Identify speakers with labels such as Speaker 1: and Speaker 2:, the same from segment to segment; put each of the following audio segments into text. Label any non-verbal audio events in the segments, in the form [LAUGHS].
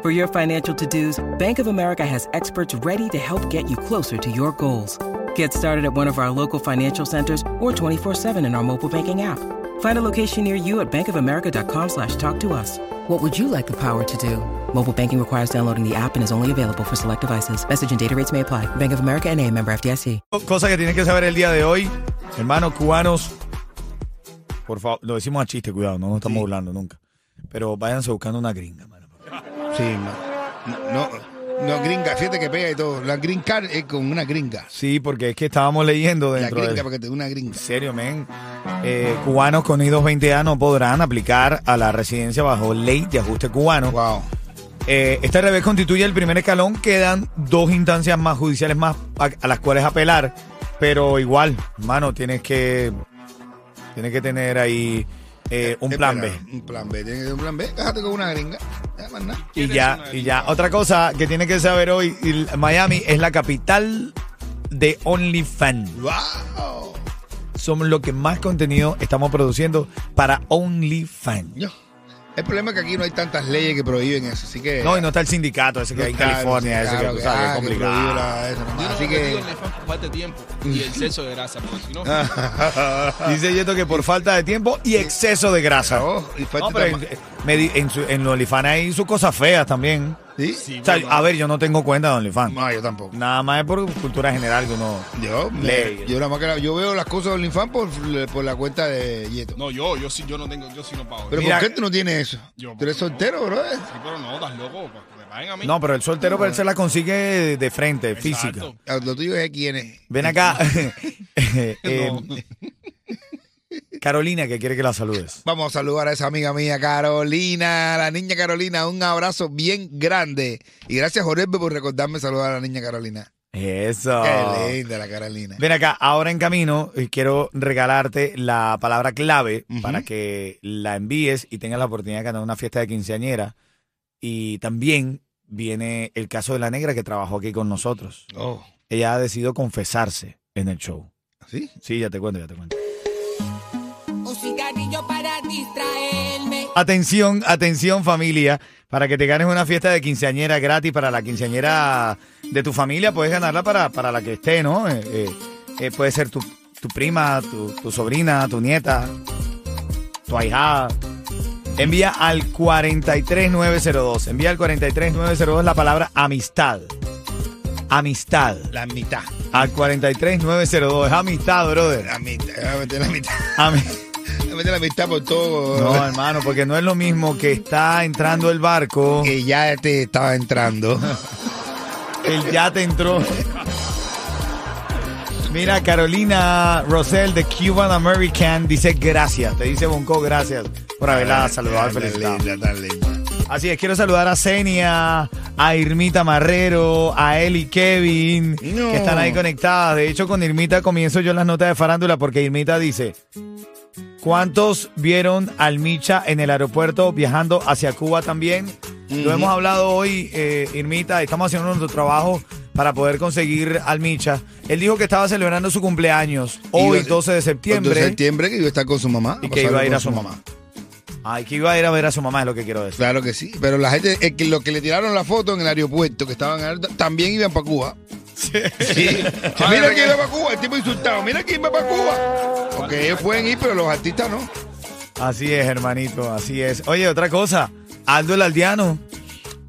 Speaker 1: For your financial to-dos, Bank of America has experts ready to help get you closer to your goals. Get started at one of our local financial centers or 24-7 in our mobile banking app. Find a location near you at bankofamerica.com slash talk to us. What would you like the power to do? Mobile banking requires downloading the app and is only available for select devices. Message and data rates may apply. Bank of America and a member FDIC.
Speaker 2: Cosa que tienen que saber el día de hoy, hermanos cubanos. Por favor, lo decimos a chiste, cuidado, no nos estamos burlando nunca. Pero váyanse buscando una gringa, mano.
Speaker 3: Sí, ma- no, no gringa, fíjate que pega y todo. La green card es con una gringa.
Speaker 2: Sí, porque es que estábamos leyendo
Speaker 3: La
Speaker 2: dentro
Speaker 3: gringa,
Speaker 2: de...
Speaker 3: porque te una gringa.
Speaker 2: En serio, men. Eh, cubanos con I-220A no podrán aplicar a la residencia bajo ley de ajuste cubano.
Speaker 3: Wow.
Speaker 2: Eh, este revés constituye el primer escalón. Quedan dos instancias más judiciales más a, a las cuales apelar. Pero igual, mano, tienes que, tienes que tener ahí eh, un plan B.
Speaker 3: Espera, Un plan B. Tienes que tener un plan B. Cájate con una gringa. Ya, más nada.
Speaker 2: Y ya, y ya. Otra cosa que tienes que saber hoy, y Miami es la capital de OnlyFans.
Speaker 3: Wow.
Speaker 2: Somos lo que más contenido estamos produciendo para OnlyFans.
Speaker 3: Yo. El problema es que aquí no hay tantas leyes que prohíben eso, así que... ah,
Speaker 2: No, y no está Ah, el sindicato ese que hay en California, ese que tú sabes, es complicado.
Speaker 3: así que... Mm.
Speaker 4: falta tiempo y el sexo de grasa, porque si no,
Speaker 3: Ah.
Speaker 2: Dice Yeto que por falta de tiempo y exceso de grasa.
Speaker 3: Oh, y
Speaker 4: Pues,
Speaker 3: falta
Speaker 2: No, pero en,
Speaker 3: tama-
Speaker 2: me di- en, su- en OnlyFans hay sus cosas feas también.
Speaker 3: ¿Sí?
Speaker 4: Sí,
Speaker 2: O sea,
Speaker 4: bueno.
Speaker 2: a ver, yo no tengo cuenta de OnlyFans.
Speaker 3: No, yo tampoco.
Speaker 2: Nada más es por cultura general que uno...
Speaker 3: Yo, me-
Speaker 2: Leyes.
Speaker 3: yo, nada más que la- yo veo las cosas del infan por, por la cuenta de Yeto.
Speaker 4: no, yo, yo sí, yo no tengo, yo sí no pago.
Speaker 3: Pero
Speaker 2: Mira-
Speaker 3: ¿por qué tú no tienes eso?
Speaker 4: Yo,
Speaker 3: tú eres
Speaker 4: no.
Speaker 3: soltero, bro. eh.
Speaker 4: Sí, pero no, estás loco, pa- que me paguen a mí.
Speaker 2: No, pero el soltero pero él se la consigue de frente,
Speaker 4: Exacto.
Speaker 2: física.
Speaker 3: Ah, Lo tuyo es quién es.
Speaker 2: Ven acá.
Speaker 4: [LAUGHS]
Speaker 2: [LAUGHS] Eh,
Speaker 4: No.
Speaker 2: Carolina, que quiere que la saludes.
Speaker 3: [LAUGHS] Vamos a saludar a esa amiga mía, Carolina, la niña Carolina. Un abrazo bien grande. Y gracias, Jorebe, por recordarme saludar a la niña Carolina.
Speaker 2: Eso.
Speaker 3: Qué linda la Carolina.
Speaker 2: Ven acá, ahora en camino eh, quiero regalarte la palabra clave para que la envíes y tengas la oportunidad de ganar una fiesta de quinceañera. Y también viene el caso de la negra que trabajó aquí con nosotros.
Speaker 3: Oh,
Speaker 2: Ella ha decidido confesarse en el show.
Speaker 3: ¿sí?
Speaker 2: Sí, ya te cuento, ya te cuento.
Speaker 5: Un cigarrillo para distraerme.
Speaker 2: Atención, atención familia, para que te ganes una fiesta de quinceañera gratis para la quinceañera de tu familia, puedes ganarla para, para la que esté, ¿no? Eh, eh, eh, puede ser tu, tu prima, tu, tu sobrina, tu nieta, tu ahijada. Envía al 43902, envía al 43902 la palabra amistad. Amistad.
Speaker 3: La mitad.
Speaker 2: Al 43902, es amistad, brother.
Speaker 3: La mitad. Voy a meter la mitad.
Speaker 2: Ami-
Speaker 3: Voy a meter la mitad por todo.
Speaker 2: No, hermano, porque no es lo mismo que está entrando el barco.
Speaker 3: Que ya te estaba entrando.
Speaker 2: El yate entró. Mira, Carolina Rosell de Cuban American dice gracias. Te dice Bonco, gracias por haberla saludado y
Speaker 3: Tan
Speaker 2: felicitado.
Speaker 3: linda, tan linda.
Speaker 2: Así es, quiero saludar a Zenia, a Irmita Marrero, a Eli Kevin,
Speaker 3: No.
Speaker 2: que están ahí conectadas. De hecho, con Irmita comienzo yo las notas de farándula porque Irmita dice, ¿cuántos vieron al Micha en el aeropuerto viajando hacia Cuba también? Lo hemos hablado hoy, eh, Irmita, estamos haciendo nuestro trabajo para poder conseguir al Micha. Él dijo que estaba celebrando su cumpleaños hoy,
Speaker 3: Y yo-
Speaker 2: 12 de septiembre.
Speaker 3: 12 de septiembre, que iba a estar con su mamá.
Speaker 2: Y que iba a ir
Speaker 3: pasarlo
Speaker 2: a
Speaker 3: con
Speaker 2: su mamá. Ay, que iba a ir a ver a su mamá, es lo que quiero decir.
Speaker 3: Claro que sí, pero la gente, el que, los que le tiraron la foto en el aeropuerto, que estaban alta, también iban para Cuba.
Speaker 2: [LAUGHS]
Speaker 3: Sí. Mira que iba para Cuba, el tipo insultado, mira que iba para Cuba. Porque ellos pueden ir, pero los artistas no.
Speaker 2: Así es, hermanito, así es. Oye, otra cosa, Aldo el Aldeano,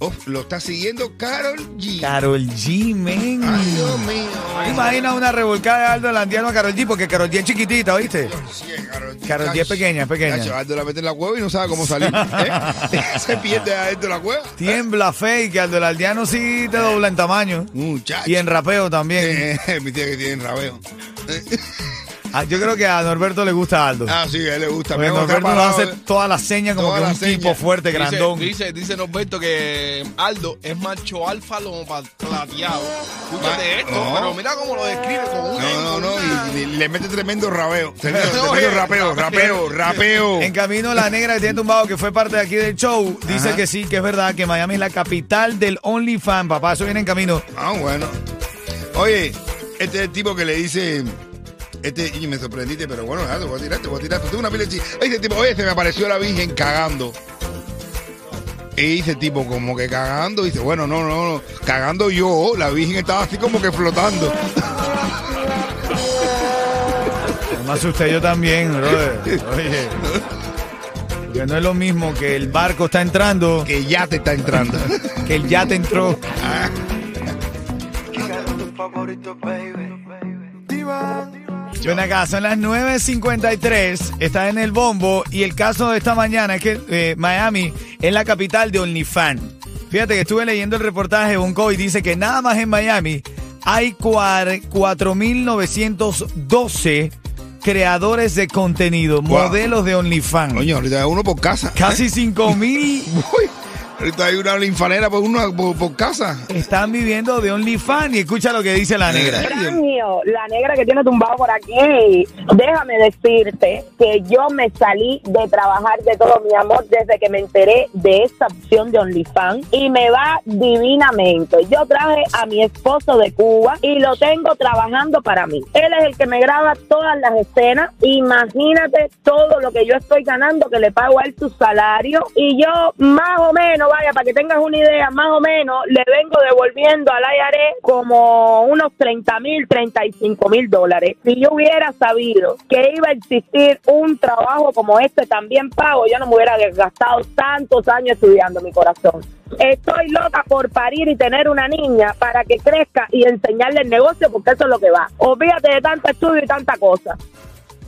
Speaker 3: Uf, lo está siguiendo Carol G.
Speaker 2: Carol G, men.
Speaker 3: Ay, Dios
Speaker 2: ¿Te
Speaker 3: mío.
Speaker 2: imaginas una revolcada de Aldo el Aldeano a Carol G? Porque Carol G es chiquitita, ¿oíste?
Speaker 3: Sí, Karol G.
Speaker 2: Karol G es pequeña, es pequeña.
Speaker 3: Nacho, Aldo la mete en la cueva y no sabe cómo salir.
Speaker 2: [LAUGHS]
Speaker 3: ¿eh? [LAUGHS] Se pierde adentro de la cueva.
Speaker 2: Tiembla fake, Aldo el Aldeano sí te dobla en tamaño.
Speaker 3: Muchacho. [LAUGHS]
Speaker 2: Y en rapeo también. [LAUGHS]
Speaker 3: Eh, Mi tía que tiene rabeo.
Speaker 2: Ah, Yo creo que a Norberto le gusta Aldo.
Speaker 3: Ah, sí, a él le gusta.
Speaker 2: Porque
Speaker 3: Me gusta
Speaker 2: Norberto nos
Speaker 3: parado.
Speaker 2: hace todas las señas como
Speaker 3: Todas
Speaker 2: que
Speaker 3: las
Speaker 2: un tipo
Speaker 3: señas.
Speaker 2: fuerte,
Speaker 4: Dice-
Speaker 2: grandón.
Speaker 4: Dice, dice Norberto que Aldo es macho alfa lo pa- plateado. Escúchate esto,
Speaker 3: no.
Speaker 4: pero mira cómo lo describe con un.
Speaker 3: No, no, no, y, y le mete tremendo rabeo. Tremendo,
Speaker 4: No,
Speaker 3: tremendo
Speaker 4: eh,
Speaker 3: rapeo, rapeo,
Speaker 2: [LAUGHS]
Speaker 3: rapeo.
Speaker 2: En camino, la negra que tiene tumbado, que fue parte de aquí del show, dice
Speaker 3: Ajá.
Speaker 2: que sí, que es verdad, que Miami es la capital del OnlyFans, papá. Eso viene en camino.
Speaker 3: Ah, bueno. Oye, este es el tipo que le dice. Este, y me sorprendiste, pero bueno, nada, te voy a tirar, te voy a tirar. Tengo una pila de chistes. Oye, Este tipo, oye, se me apareció la Virgen cagando. Y dice el tipo, como que cagando. Dice, bueno, no, no, no. Cagando yo, la Virgen estaba así como que flotando.
Speaker 2: Me asusté yo también, brother. Oye. Que no es lo mismo que el barco está entrando,
Speaker 3: Que ya te está entrando.
Speaker 2: que el yate entró. Ven acá, son las 9.53, está en el bombo y el caso de esta mañana es que eh, Miami es la capital de OnlyFans. Fíjate que estuve leyendo el reportaje de Bonco y dice que nada más en Miami hay cuar- 4.912 creadores de contenido,
Speaker 3: Wow.
Speaker 2: modelos de OnlyFans.
Speaker 3: Coño, ahorita hay uno por casa.
Speaker 2: Casi 5.000
Speaker 3: Uy, ahorita hay una linfanera por uno por, por casa.
Speaker 2: están viviendo de OnlyFans y escucha lo que dice la negra.
Speaker 6: Coño, la negra que tiene tumbado por aquí. Déjame decirte que yo me salí de trabajar de todo mi amor desde que me enteré de esta opción de OnlyFans y me va divinamente. Yo traje a mi esposo de Cuba y lo tengo trabajando para mí. Él es el que me graba todas las escenas. Imagínate todo lo que yo estoy ganando, que le pago a él su salario y yo más o menos, vaya, para que tengas una idea, más o menos le vengo devolviendo al IRS como unos 30 mil, 35 mil dólares. Si yo hubiera sabido que iba a existir un trabajo como este también pago, yo no me hubiera gastado tantos años estudiando mi corazón. Estoy loca por parir y tener una niña para que crezca y enseñarle el negocio porque eso es lo que va. Olvídate de tanto estudio y tanta cosa.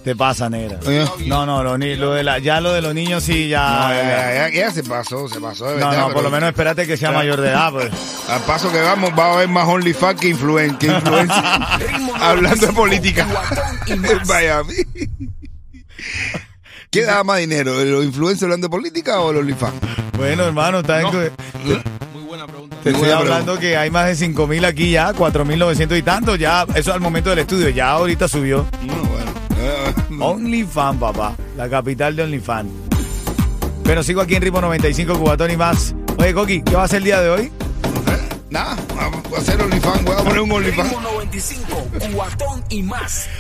Speaker 2: Te pasa, negra.
Speaker 3: Coño,
Speaker 2: No, no, lo, ni- lo de la, ya lo de los niños sí, ya.
Speaker 3: no,
Speaker 2: ya-
Speaker 3: ella, ella- ella se pasó, se pasó de
Speaker 2: No,
Speaker 3: verdad,
Speaker 2: no, por
Speaker 3: pero-
Speaker 2: lo menos espérate que sea mayor de edad, pues.
Speaker 3: Al paso que vamos, va a haber más OnlyFans que influen- que influencia.
Speaker 2: [LAUGHS]
Speaker 3: [LAUGHS] Hablando de política. [LAUGHS] En Miami. ¿Qué da más dinero? ¿Los influencers hablando de política o los OnlyFans?
Speaker 2: Bueno, hermano, está en-
Speaker 4: No.
Speaker 2: te
Speaker 4: Muy buena pregunta.
Speaker 2: estoy
Speaker 3: buena
Speaker 2: hablando que hay más de 5.000 aquí ya, 4.900 y tanto, ya, eso al momento del estudio, ya ahorita subió.
Speaker 3: No, bueno. Eh,
Speaker 2: OnlyFans, papá, la capital de OnlyFans. Pero sigo aquí en Ritmo 95, Cubatón y más. Oye, Coqui, ¿qué va a ser el día de hoy?
Speaker 3: Nada, voy a hacer OnlyFans, voy a poner un OnlyFans.
Speaker 7: Ritmo 95, cuatón y más.